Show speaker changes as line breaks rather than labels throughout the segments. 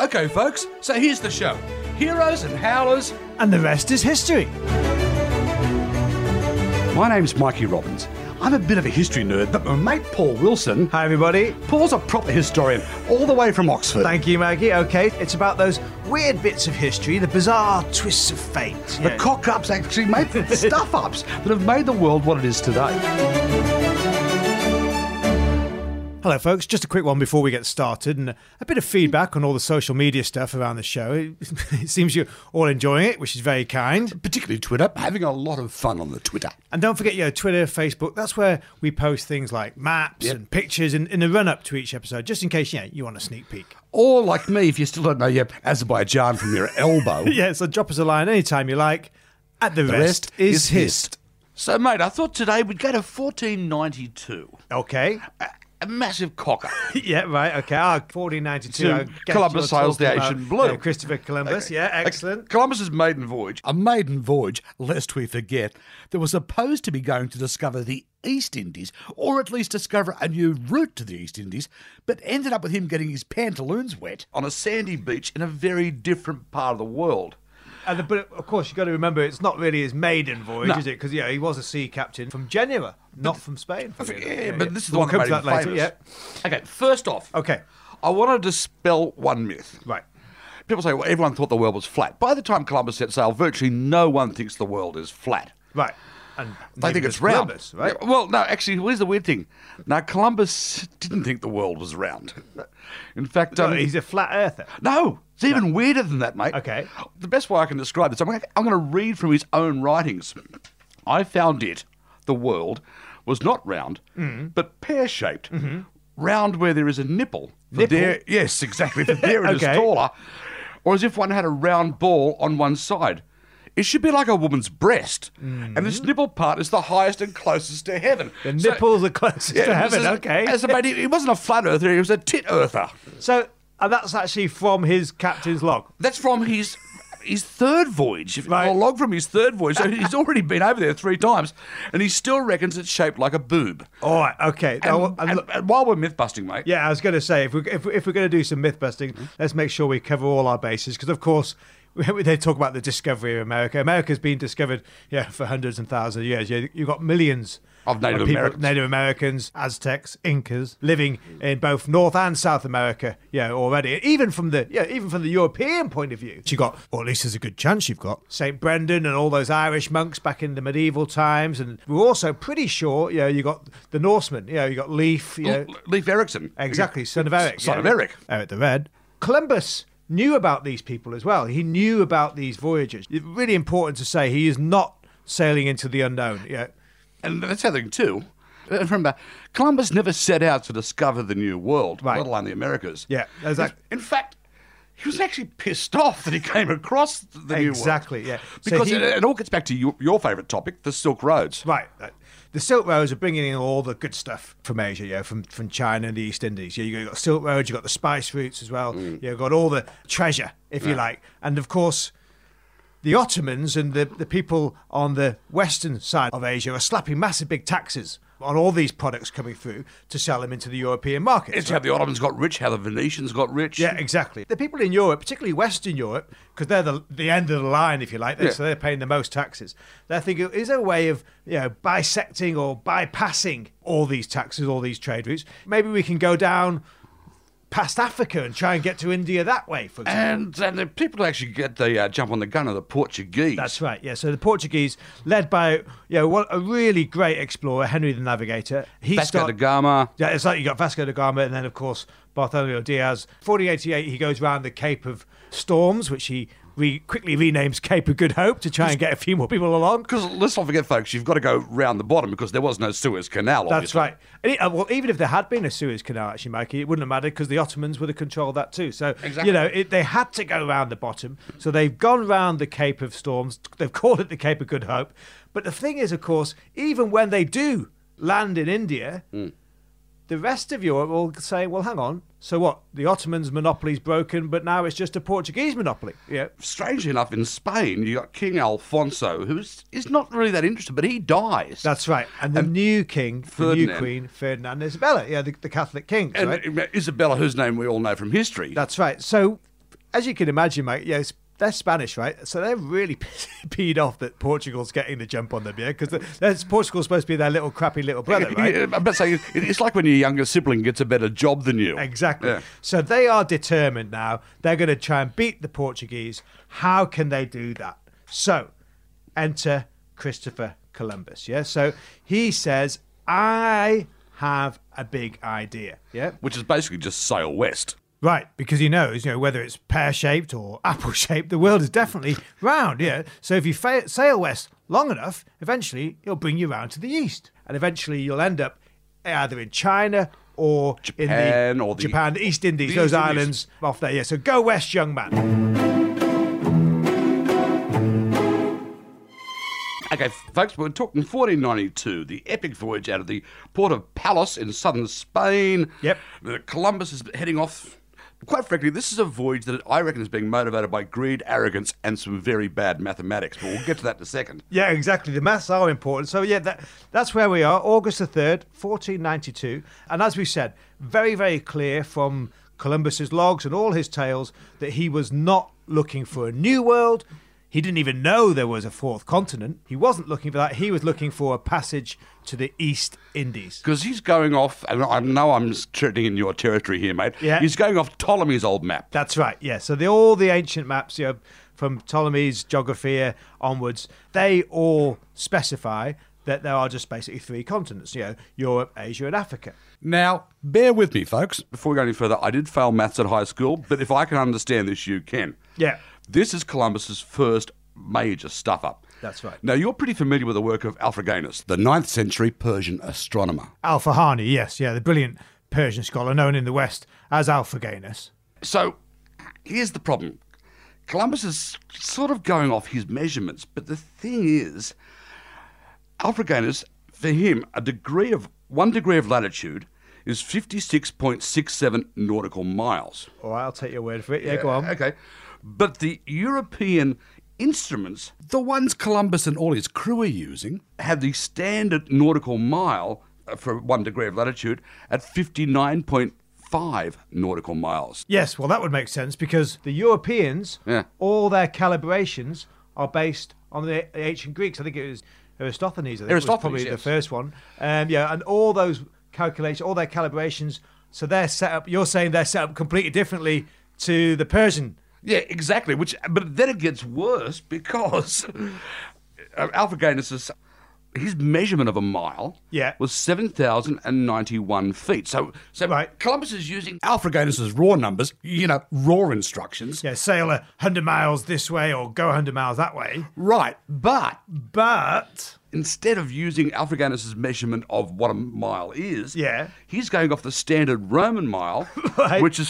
Okay, folks, so here's the show Heroes and Howlers.
And the rest is history.
My name's Mikey Robbins. I'm a bit of a history nerd, but my mate Paul Wilson.
Hi, everybody.
Paul's a proper historian, all the way from Oxford.
Thank you, Maggie. Okay, it's about those weird bits of history, the bizarre twists of fate. you
the
know.
cock ups actually made stuff ups that have made the world what it is today.
Hello, folks. Just a quick one before we get started, and a bit of feedback on all the social media stuff around the show. It, it seems you're all enjoying it, which is very kind.
Particularly Twitter, having a lot of fun on the Twitter.
And don't forget, you know, Twitter, Facebook, that's where we post things like maps and pictures in, in the run up to each episode, just in case, you know, you want a sneak peek.
Or, like me, if you still don't know your Azerbaijan from your elbow,
Yeah, so drop us a line anytime you like. At the,
the
rest, is, hist.
So, mate, I thought today we'd go to 1492.
Okay.
A, a massive cocker.
Yeah, right. Okay. Ah, 1492.
To
I guess
Columbus
you're
sails the
talking about,
ocean blue.
yeah, Christopher Columbus. Yeah, excellent.
Columbus's maiden voyage, a maiden voyage, lest we forget, that was supposed to be going to discover the East Indies, or at least discover a new route to the East Indies, but ended up with him getting his pantaloons wet on a sandy beach in a very different part of the world.
And the, but of course, you've got to remember it's not really his maiden voyage,
No.
is it? Because yeah, he was a sea captain from Genoa, not from Spain.
Yeah,
funnily enough.
but this is the
We'll
one
come
that
to
made
that
him
later. Yeah. Oh.
famous. Okay, first off,
Okay.
I want to dispel one myth.
Right.
People say, well, everyone thought the world was flat. By the time Columbus set sail, virtually no one thinks the world is flat.
Right. And
They
neither
think
does
it's round.
Columbus, right?
Yeah, well, no, actually, here's the weird thing. Now, Columbus didn't think the world was round. In fact, um,
No, he's a flat earther.
no, it's even weirder than that, mate.
Okay.
The best way I can describe this, I'm going to read from his own writings. I found it, the world, was not round,
Mm-hmm.
but pear shaped, round where there is a nipple. For
Nipple?
There, yes, exactly. For there it is
Okay.
taller, or as if one had a round ball on one side. It should be like a woman's breast, and this nipple part is the highest and closest to heaven.
Mm-hmm. The
So-
nipples are closest
Yeah,
to
this
heaven.
is-
okay.
as a mate, he he wasn't a flat earther; he was a tit earther.
so and that's actually from his captain's log.
That's from his his third voyage. If-
Right.
A log from his third voyage. So he's already been over there three times, and he still reckons it's shaped like a boob.
All right. Okay.
And,
Now, Oh, well, and
and-
look-
and while we're myth busting, mate,
Yeah, I was going to say if we if, we- if we're going to do some myth busting, let's make sure we cover all our bases because of course we- they talk about the discovery of America. America's been discovered yeah for hundreds and thousands of years. You you've got millions
Of Native
people,
Americans.
Native Americans, Aztecs, Incas living in both North and South America. Yeah, already even from the yeah even from the European point of view, you got or at least there's a good chance you've got Saint Brendan and all those Irish monks back in the medieval times, and we're also pretty sure yeah you got the Norsemen. Yeah, you got Leif. You know,
L- Leif Erikson.
Exactly, son of Eric.
Son
yeah.
of Eric.
Eric the Red. Columbus knew about these people as well. He knew about these voyages. It's really important to say he is not sailing into the unknown. Yeah.
And that's the other thing too. Uh, Remember, Columbus never set out to discover the New World,
Right.
let alone the Americas.
Yeah, that's
In-
ac-
In fact, he was actually pissed off that he came across the New World.
Exactly, yeah. So
Because
he-
it, it all gets back to your, your favourite topic, the Silk Roads.
Right. that- The Silk Roads are bringing in all the good stuff from Asia, yeah, from, from China and the East Indies. Yeah, you've got Silk Roads, you've got the spice routes as well. You've got all the treasure, if you like. And of course, the Ottomans and the, the people on the western side of Asia are slapping massive big taxes on all these products coming through to sell them into the European markets.
It's how the Ottomans got rich, how the Venetians got rich.
Yeah, exactly. The people in Europe, particularly Western Europe, because they're the, the end of the line, if you like, they
Yeah.
so they're paying the most taxes. They're thinking, is there a way of you know bisecting or bypassing all these taxes, all these trade routes? Maybe we can go down past Africa and try and get to India that way, for example.
And, and the people actually get the uh, jump on the gun of the Portuguese.
That's right. Yeah. So the Portuguese, led by you know one, a really great explorer, Henry the Navigator. He
Vasco da
start-
Gama.
Yeah, it's like you got Vasco da Gama, and then of course Bartholomew Diaz. 1488, he goes round the Cape of Storms, which he re- quickly renames Cape of Good Hope to try and get a few more people along.
Because let's not forget, folks, you've got to go round the bottom because there was no Suez Canal.
That's
obviously.
right. And it- uh, well, even if there had been a Suez Canal, actually, Mikey, it wouldn't have mattered because the Ottomans would have controlled that too. So,
Exactly.
you know, it, they had to go round the bottom. So they've gone round the Cape of Storms. They've called it the Cape of Good Hope. But the thing is, of course, even when they do land in India,
Mm.
the rest of Europe will say, well, hang on. So what? The Ottomans' monopoly's broken, but now it's just a Portuguese monopoly. Yeah.
Strangely enough, in Spain, you got King Alfonso, who is, is not really that interested, but he dies.
That's right. And the new king, the new
Ferdinand.
queen, Ferdinand and Isabella. Yeah, the, the Catholic kings,
and uh,
right?
Isabella, whose name we all know from history.
That's right. So as you can imagine, mate, yeah, it's- they're Spanish, right? So they're really peed off that Portugal's getting the jump on them, yeah, because that's Portugal's supposed to be their little crappy little brother, right?
Yeah, I'm not saying it- it's like when your younger sibling gets a better job than you.
Exactly.
Yeah.
So they are determined now. They're going to try and beat the Portuguese. How can they do that? So enter Christopher Columbus. Yeah. So he says, I have a big idea. Yeah.
Which is basically just sail west.
Right, because he knows, you know, whether it's pear-shaped or apple-shaped, the world is definitely round, yeah. So if you fa- sail west long enough, eventually it'll bring you round to the east, and eventually you'll end up either in China or in
Japan
the
or the-
Japan, East Indies,
the
those
East Indies.
islands off there. Yeah, so go west, young man.
Okay, folks, we're talking 1492, the epic voyage out of the port of Palos in southern Spain.
Yep.
Uh, Columbus is heading off. Quite frankly, this is a voyage that I reckon is being motivated by greed, arrogance, and some very bad mathematics, but we'll get to that in a second.
Yeah, exactly. The maths are important. So yeah, that, that's where we are. August the third, fourteen ninety-two, and as we said, very very clear from Columbus's logs and all his tales that he was not looking for a new world. He didn't even know there was a fourth continent. He wasn't looking for that. He was looking for a passage to the East Indies.
Because he's going off, and I know I'm treading in your territory here, mate.
Yeah.
He's going off Ptolemy's old map.
That's right. Yeah. So the, all the ancient maps, you know, from Ptolemy's Geographia onwards, they all specify that there are just basically three continents. You know, Europe, Asia, and Africa.
Now, bear with me, folks.
Before we go any further, I did fail maths at high school, but if I can understand this, you can.
Yeah.
This is Columbus's first major stuff up.
That's right.
Now, you're pretty familiar with the work of Alfraganus, the 9th century Persian astronomer.
Alfahani, yes, yeah, the brilliant Persian scholar known in the West as Alphaganus.
So, here's the problem Columbus is sort of going off his measurements, but the thing is, Alfraganus, for him, a degree of one degree of latitude is 56.67 nautical miles.
All right, I'll take your word for it. Yeah, go on.
Um, Okay. But the European instruments,
The ones Columbus and all his crew are using.
had the standard nautical mile uh, for one degree of latitude at 59.5 nautical miles.
Yes, well, that would make sense because the Europeans,
Yeah.
all their calibrations are based on the, the ancient Greeks. I think it was Aristophanes. I think was
Aristophanes,
probably the
yes.
first one. Um, yeah, and all those calculations, all their calibrations. So they're set up. You're saying they're set up completely differently to the Persian.
Yeah, exactly. Which, but then it gets worse because uh, Alphaganus's his measurement of a mile
Yeah.
was 7,091 feet. So, so
Right.
Columbus is using
Alfraganus's raw numbers, you know, raw instructions.
Yeah, sail 100 miles this way or go 100 miles that way.
Right, but
But
instead of using Alfraganus's measurement of what a mile is,
Yeah.
he's going off the standard Roman mile,
Right.
which is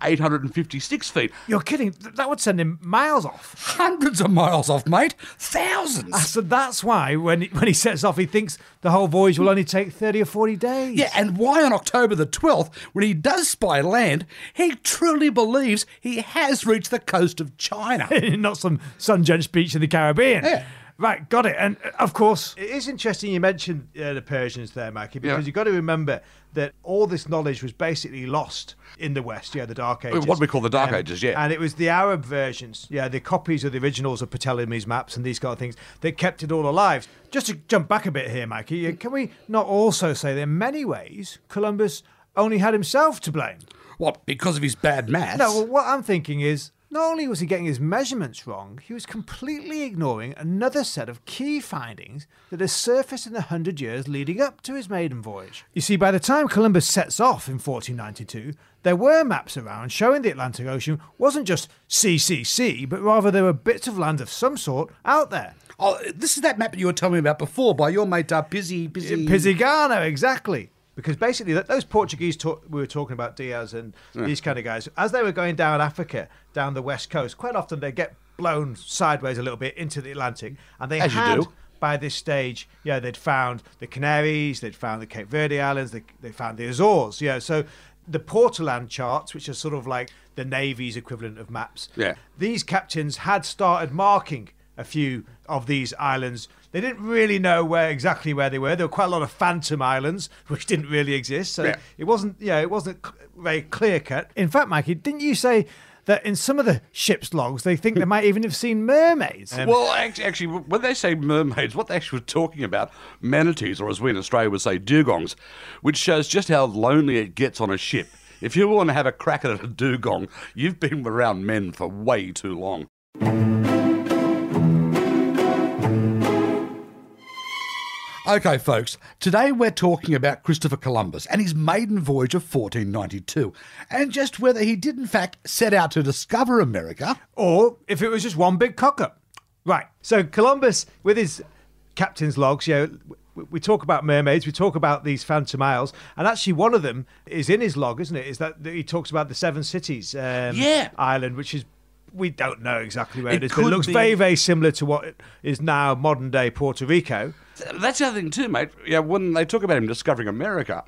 4,856 feet.
You're kidding. Th- That would send him miles off. Ah,
hundreds of miles off, mate. Thousands.
So that's why when he, when he sets off, he thinks the whole voyage will only take 30 or 40 days.
Yeah, and why on October the 12th, when he does spy land, he truly believes he has reached the coast of China.
Not some sun-drenched beach in the Caribbean.
Yeah.
Right, got it. And uh, of course, it is interesting you mentioned uh, the Persians there, Mikey, because
Yeah.
you've got to remember that all this knowledge was basically lost in the West, yeah, the Dark Ages.
What we call the Dark Ages, yeah.
And it was the Arab versions, yeah, the copies of the originals of Ptolemy's maps and these kind of things that kept it all alive. Just to jump back a bit here, Mikey, uh, can we not also say that in many ways Columbus only had himself to blame?
What, because of his bad maths?
No, well, what I'm thinking is not only was he getting his measurements wrong, he was completely ignoring another set of key findings that had surfaced in the hundred years leading up to his maiden voyage. You see, by the time Columbus sets off in 1492, there were maps around showing the Atlantic Ocean wasn't just CCC, but rather there were bits of land of some sort out there.
Oh, this is that map that you were telling me about before by your mate, uh, Busy, Busy.
Pizigano, exactly. Because basically, that, those Portuguese talk, we were talking about Diaz and these kind of guys, as they were going down Africa, down the west coast, quite often they get blown sideways a little bit into the Atlantic, and they
As you
had
do.
by this stage, yeah, they'd found the Canaries, they'd found the Cape Verde Islands, they, they found the Azores, yeah. So the Portoland charts, which are sort of like the Navy's equivalent of maps,
Yeah.
these captains had started marking a few of these islands. They didn't really know where exactly where they were. There were quite a lot of phantom islands which didn't really exist. So
Yeah.
it wasn't, yeah, it wasn't cl- very clear cut. In fact, Mikey, didn't you say that in some of the ship's logs, they think they might even have seen mermaids. Um,
well, act- actually, when they say mermaids, what they actually were talking about, manatees, or as we in Australia would say, dugongs, which shows just how lonely it gets on a ship. If you want to have a crack at a dugong, you've been around men for way too long.
Okay, folks, today we're talking about Christopher Columbus and his maiden voyage of 1492, and just whether he did, in fact, set out to discover America.
or if it was just one big cock up. Right. So Columbus, with his captain's logs, you know, w- we talk about mermaids, we talk about these phantom isles, and actually one of them is in his log, isn't it? Is that that he talks about the Seven Cities um,
Yeah.
island, which is. We don't know exactly where
It
it is, but it
could
looks
be-
very, very similar to what is now modern day Puerto Rico.
That's the other thing too, mate. Yeah, when they talk about him discovering America,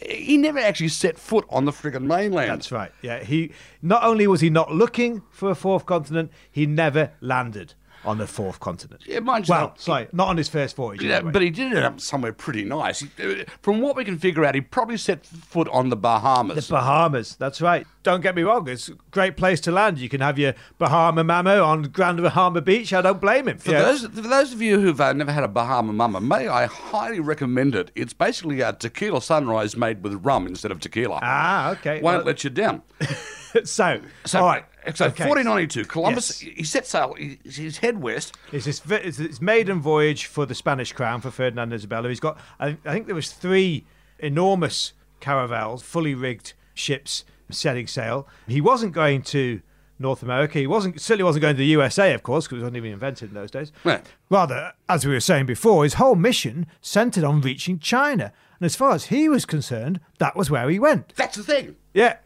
he never actually set foot on the friggin' mainland.
That's right. Yeah, he not only was he not looking for a fourth continent, he never landed on the fourth continent.
Yeah, mind you,
well,
though,
sorry, not on his first voyage.
Yeah,
anyway.
but he did end up somewhere pretty nice. He- uh, From what we can figure out, he probably set foot on the Bahamas.
The Bahamas, that's right. Don't get me wrong, it's a great place to land. You can have your Bahama Mamo on Grand Bahama Beach. I don't blame him.
for,
Yeah.
those, for those of you who've uh, never had a Bahama Mama, may I highly recommend it. It's basically a tequila sunrise made with rum instead of tequila.
Ah, okay.
Won't
Well-
let you down.
so,
So,
all right.
so
okay.
1492, Columbus,
Yes.
he set sail, he, he's head west.
It's his, fi- it's his maiden voyage for the Spanish crown for Ferdinand and Isabella. He's got, I, I think there was three enormous caravels, fully rigged ships setting sail. He wasn't going to North America. He wasn't certainly wasn't going to the USA, of course, because it wasn't even invented in those days.
Right.
Rather, as we were saying before, his whole mission centered on reaching China. And as far as he was concerned, that was where he went.
That's the thing.
Yeah.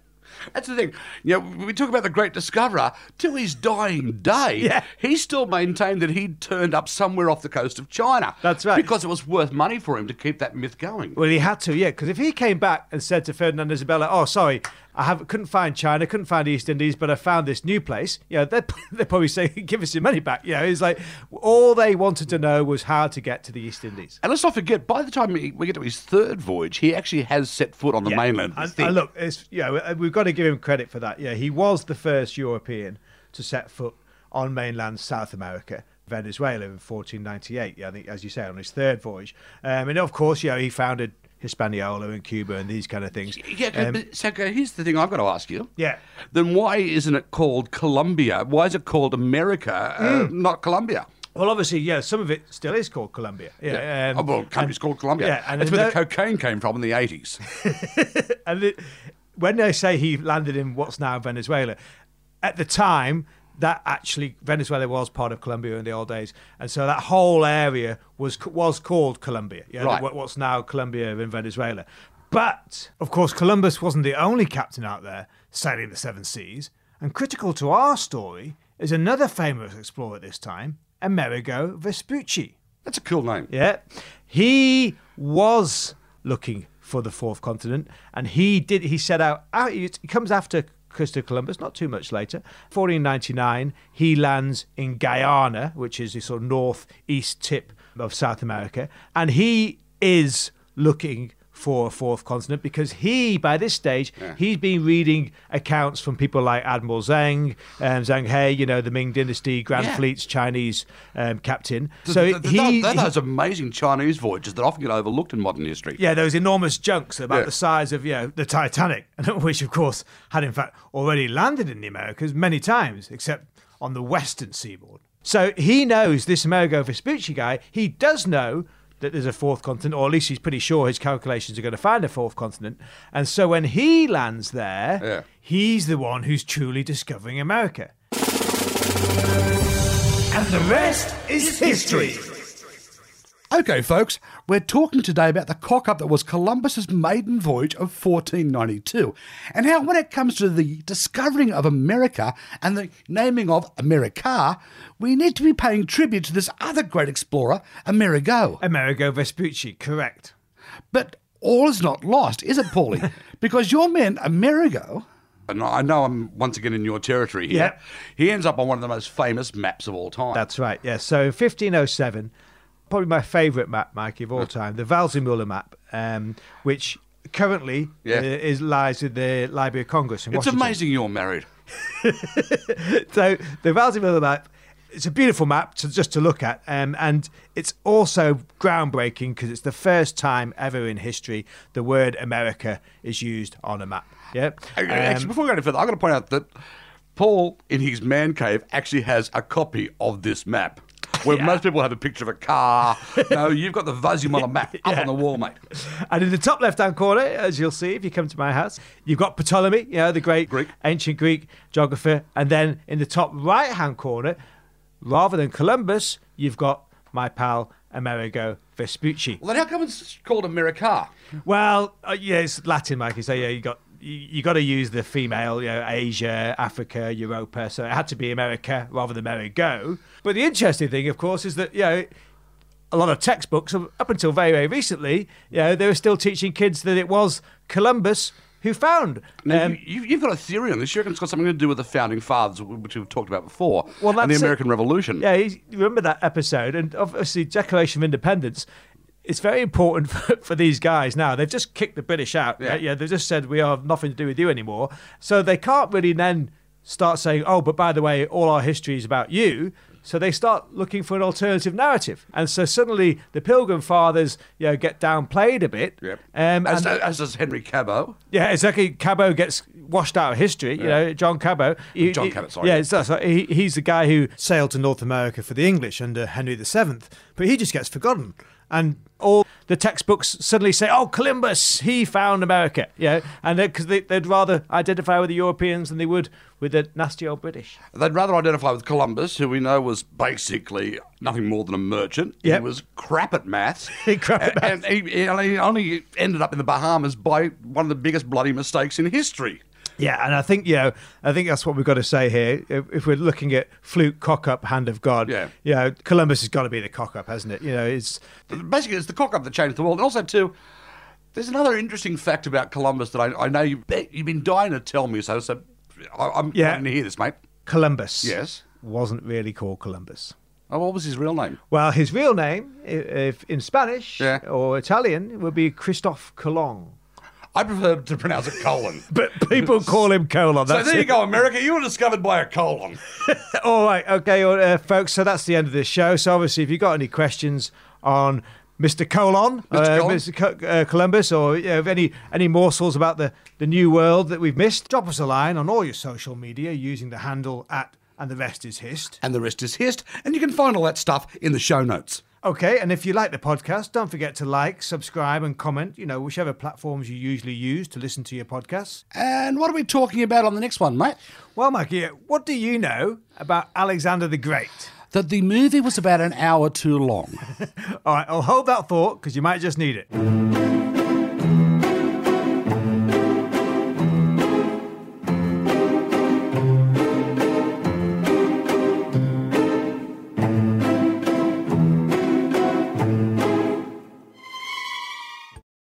That's the thing. You know, we talk about the great discoverer. Till his dying day,
Yeah.
he still maintained that he'd turned up somewhere off the coast of China.
That's right.
Because it was worth money for him to keep that myth going.
Well, he had to, yeah, because if he came back and said to Ferdinand and Isabella, "Oh, sorry, I have couldn't find China, couldn't find the East Indies, but I found this new place," you know, they'd, they'd probably say, "Give us your money back." You know, it's like all they wanted to know was how to get to the East Indies.
And let's not forget, by the time he- we get to his third voyage, he actually has set foot on the
Yeah.
mainland. we
And,
think.
and look, it's, you know, uh, we've got to give him credit for that. Yeah, he was the first European to set foot on mainland South America, Venezuela, in 1498. Yeah, I think, as you say, on his third voyage. Um, and of course, you know, he founded Hispaniola and Cuba and these kind of things.
Yeah, okay,
Um,
but so okay, here's the thing I've got to ask you.
Yeah.
Then why isn't it called Colombia? Why is it called America,
Mm.
uh, not Colombia?
Well, obviously, yeah, some of it still is called Colombia. Yeah, um,
oh, well, country's
and-
called Colombia.
Yeah, and
That's
in
where the
tho-
cocaine came from in the 80s.
and it- when they say he landed in what's now Venezuela, at the time that actually Venezuela was part of Colombia in the old days, and so that whole area was c- was called Colombia. Yeah,
Right.
what- what's now Colombia in Venezuela. But of course, Columbus wasn't the only captain out there sailing the seven seas. And critical to our story is another famous explorer at this time, Amerigo Vespucci.
That's a cool name.
Yeah. He was looking for the fourth continent and he did he set out out- he comes after Christopher Columbus not too much later 1499 he lands in Guyana which is the sort of northeast tip of South America and he is looking for a fourth continent because he by this stage he's been reading accounts from people like Admiral Zhang um, Zhang He you know the Ming dynasty Grand
Yeah.
Fleet's Chinese um, captain
Th-
so
th- th-
he,
they're
he-
those amazing Chinese voyages that often get overlooked in modern history.
yeah, those enormous junks about
Yeah.
the size of you know, the Titanic, which of course had in fact already landed in the Americas many times, except on the western seaboard. So he knows this Amerigo Vespucci guy. He does know that there's a fourth continent, or at least he's pretty sure his calculations are going to find a fourth continent. And so when he lands there,
Yeah.
he's the one who's truly discovering America. And the rest is history.
Okay, folks, we're talking today about the cock up that was Columbus's maiden voyage of 1492, and how, when it comes to the discovering of America and the naming of America, we need to be paying tribute to this other great explorer, Amerigo.
Amerigo Vespucci, correct.
But all is not lost, is it, Paulie? because your man, Amerigo,
And I know I'm once again in your territory here.
Yeah.
He ends up on one of the most famous maps of all time.
That's right. Yeah. So in 1507, probably my favourite map, Mikey, of
Mm.
all time, the Valsimula map, um, which currently
Yeah.
uh, is lies in the Library of Congress in
it's
Washington.
amazing you're married.
so the Valley Miller map. It's a beautiful map to, just to look at, um, and it's also groundbreaking because it's the first time ever in history the word America is used on a map. Um, Yep.
Oh, Actually, before we go any further, I'm going to point out that Paul, in his man cave, actually has a copy of this map. Where most people have a picture of a car. no, you've got the Vazimala map up on the wall, mate.
And in the top left-hand corner, as you'll see if you come to my house, you've got Ptolemy, you know, the great
Greek.
ancient Greek geographer. And then in the top right-hand corner, rather than Columbus, you've got my pal Amerigo Vespucci.
Well, then how come it's called America?
Well, uh, yeah, it's Latin, Mikey. So yeah, you got you, you got to use the female, you know, Asia, Africa, Europa. So it had to be America rather than Amerigo. But the interesting thing, of course, is that you know. A lot of textbooks up until very, very recently, you know, they were still teaching kids that it was Columbus who found.
Now,
Um,
you, you've got a theory on this. You reckon it's got something to do with the founding fathers, which we've talked about before,
Well,
and the
that's it.
American Revolution.
yeah, he's, remember that episode, and obviously Declaration of Independence. It's very important for, for these guys now. They've just kicked the British out.
Yeah.
right? yeah, they've just said we have nothing to do with you anymore. So they can't really then start saying, oh, but by the way, all our history is about you. So they start looking for an alternative narrative, and so suddenly the Pilgrim Fathers, you know, get downplayed a bit.
Yep.
Um,
as,
and-
as does Henry Cabot.
yeah, exactly. Cabot gets washed out of history. You know, John Cabot. He-
John
he-
Cabot, sorry.
Yeah, so, so he, he's the guy who sailed to North America for the English under Henry VII, but he just gets forgotten. And all the textbooks suddenly say, "Oh, Columbus, he found America." Yeah, and because they, they'd rather identify with the Europeans than they would with the nasty old British.
They'd rather identify with Columbus, who we know was basically nothing more than a merchant. He
Yep.
was crap at maths.
Crap at
and, and he, and he only ended up in the Bahamas by one of the biggest bloody mistakes in history.
Yeah, and I think you know, I think that's what we've got to say here. If, if we're looking at fluke, cock up, hand of God,
Yeah.
you know, Columbus has got to be the cock up, hasn't it? You know, it's
Basically, it's the cock up that changed the world. And also, too, there's another interesting fact about Columbus that I, I know you bet you've been dying to tell me. So, so I, I'm
Yeah.
dying to hear this, mate.
Columbus.
Yes.
Wasn't really called Columbus.
Oh, what was his real name?
Well, his real name, i- if in Spanish
Yeah.
or Italian, would be Christophe Colon.
I prefer to pronounce it colon.
But people call him Colon.
so
That's
there you
it.
go, America. You were discovered by a colon.
All right, okay, all- uh, folks. So that's the end of this show. So obviously, if you've got any questions on Mr. Colon, uh,
Colon.
Mr. Co- uh, Columbus, or you know, if any any morsels about the the new world that we've missed, drop us a line on all your social media using the handle at and the rest is hist.
and the rest is hist. And you can find all that stuff in the show notes.
Okay, and if you like the podcast, don't forget to like, subscribe, and comment, you know, whichever platforms you usually use to listen to your podcasts.
And what are we talking about on the next one, mate?
Well, Mikey, what do you know about Alexander the Great?
That the movie was about an hour too long.
All right, I'll hold that thought because you might just need it.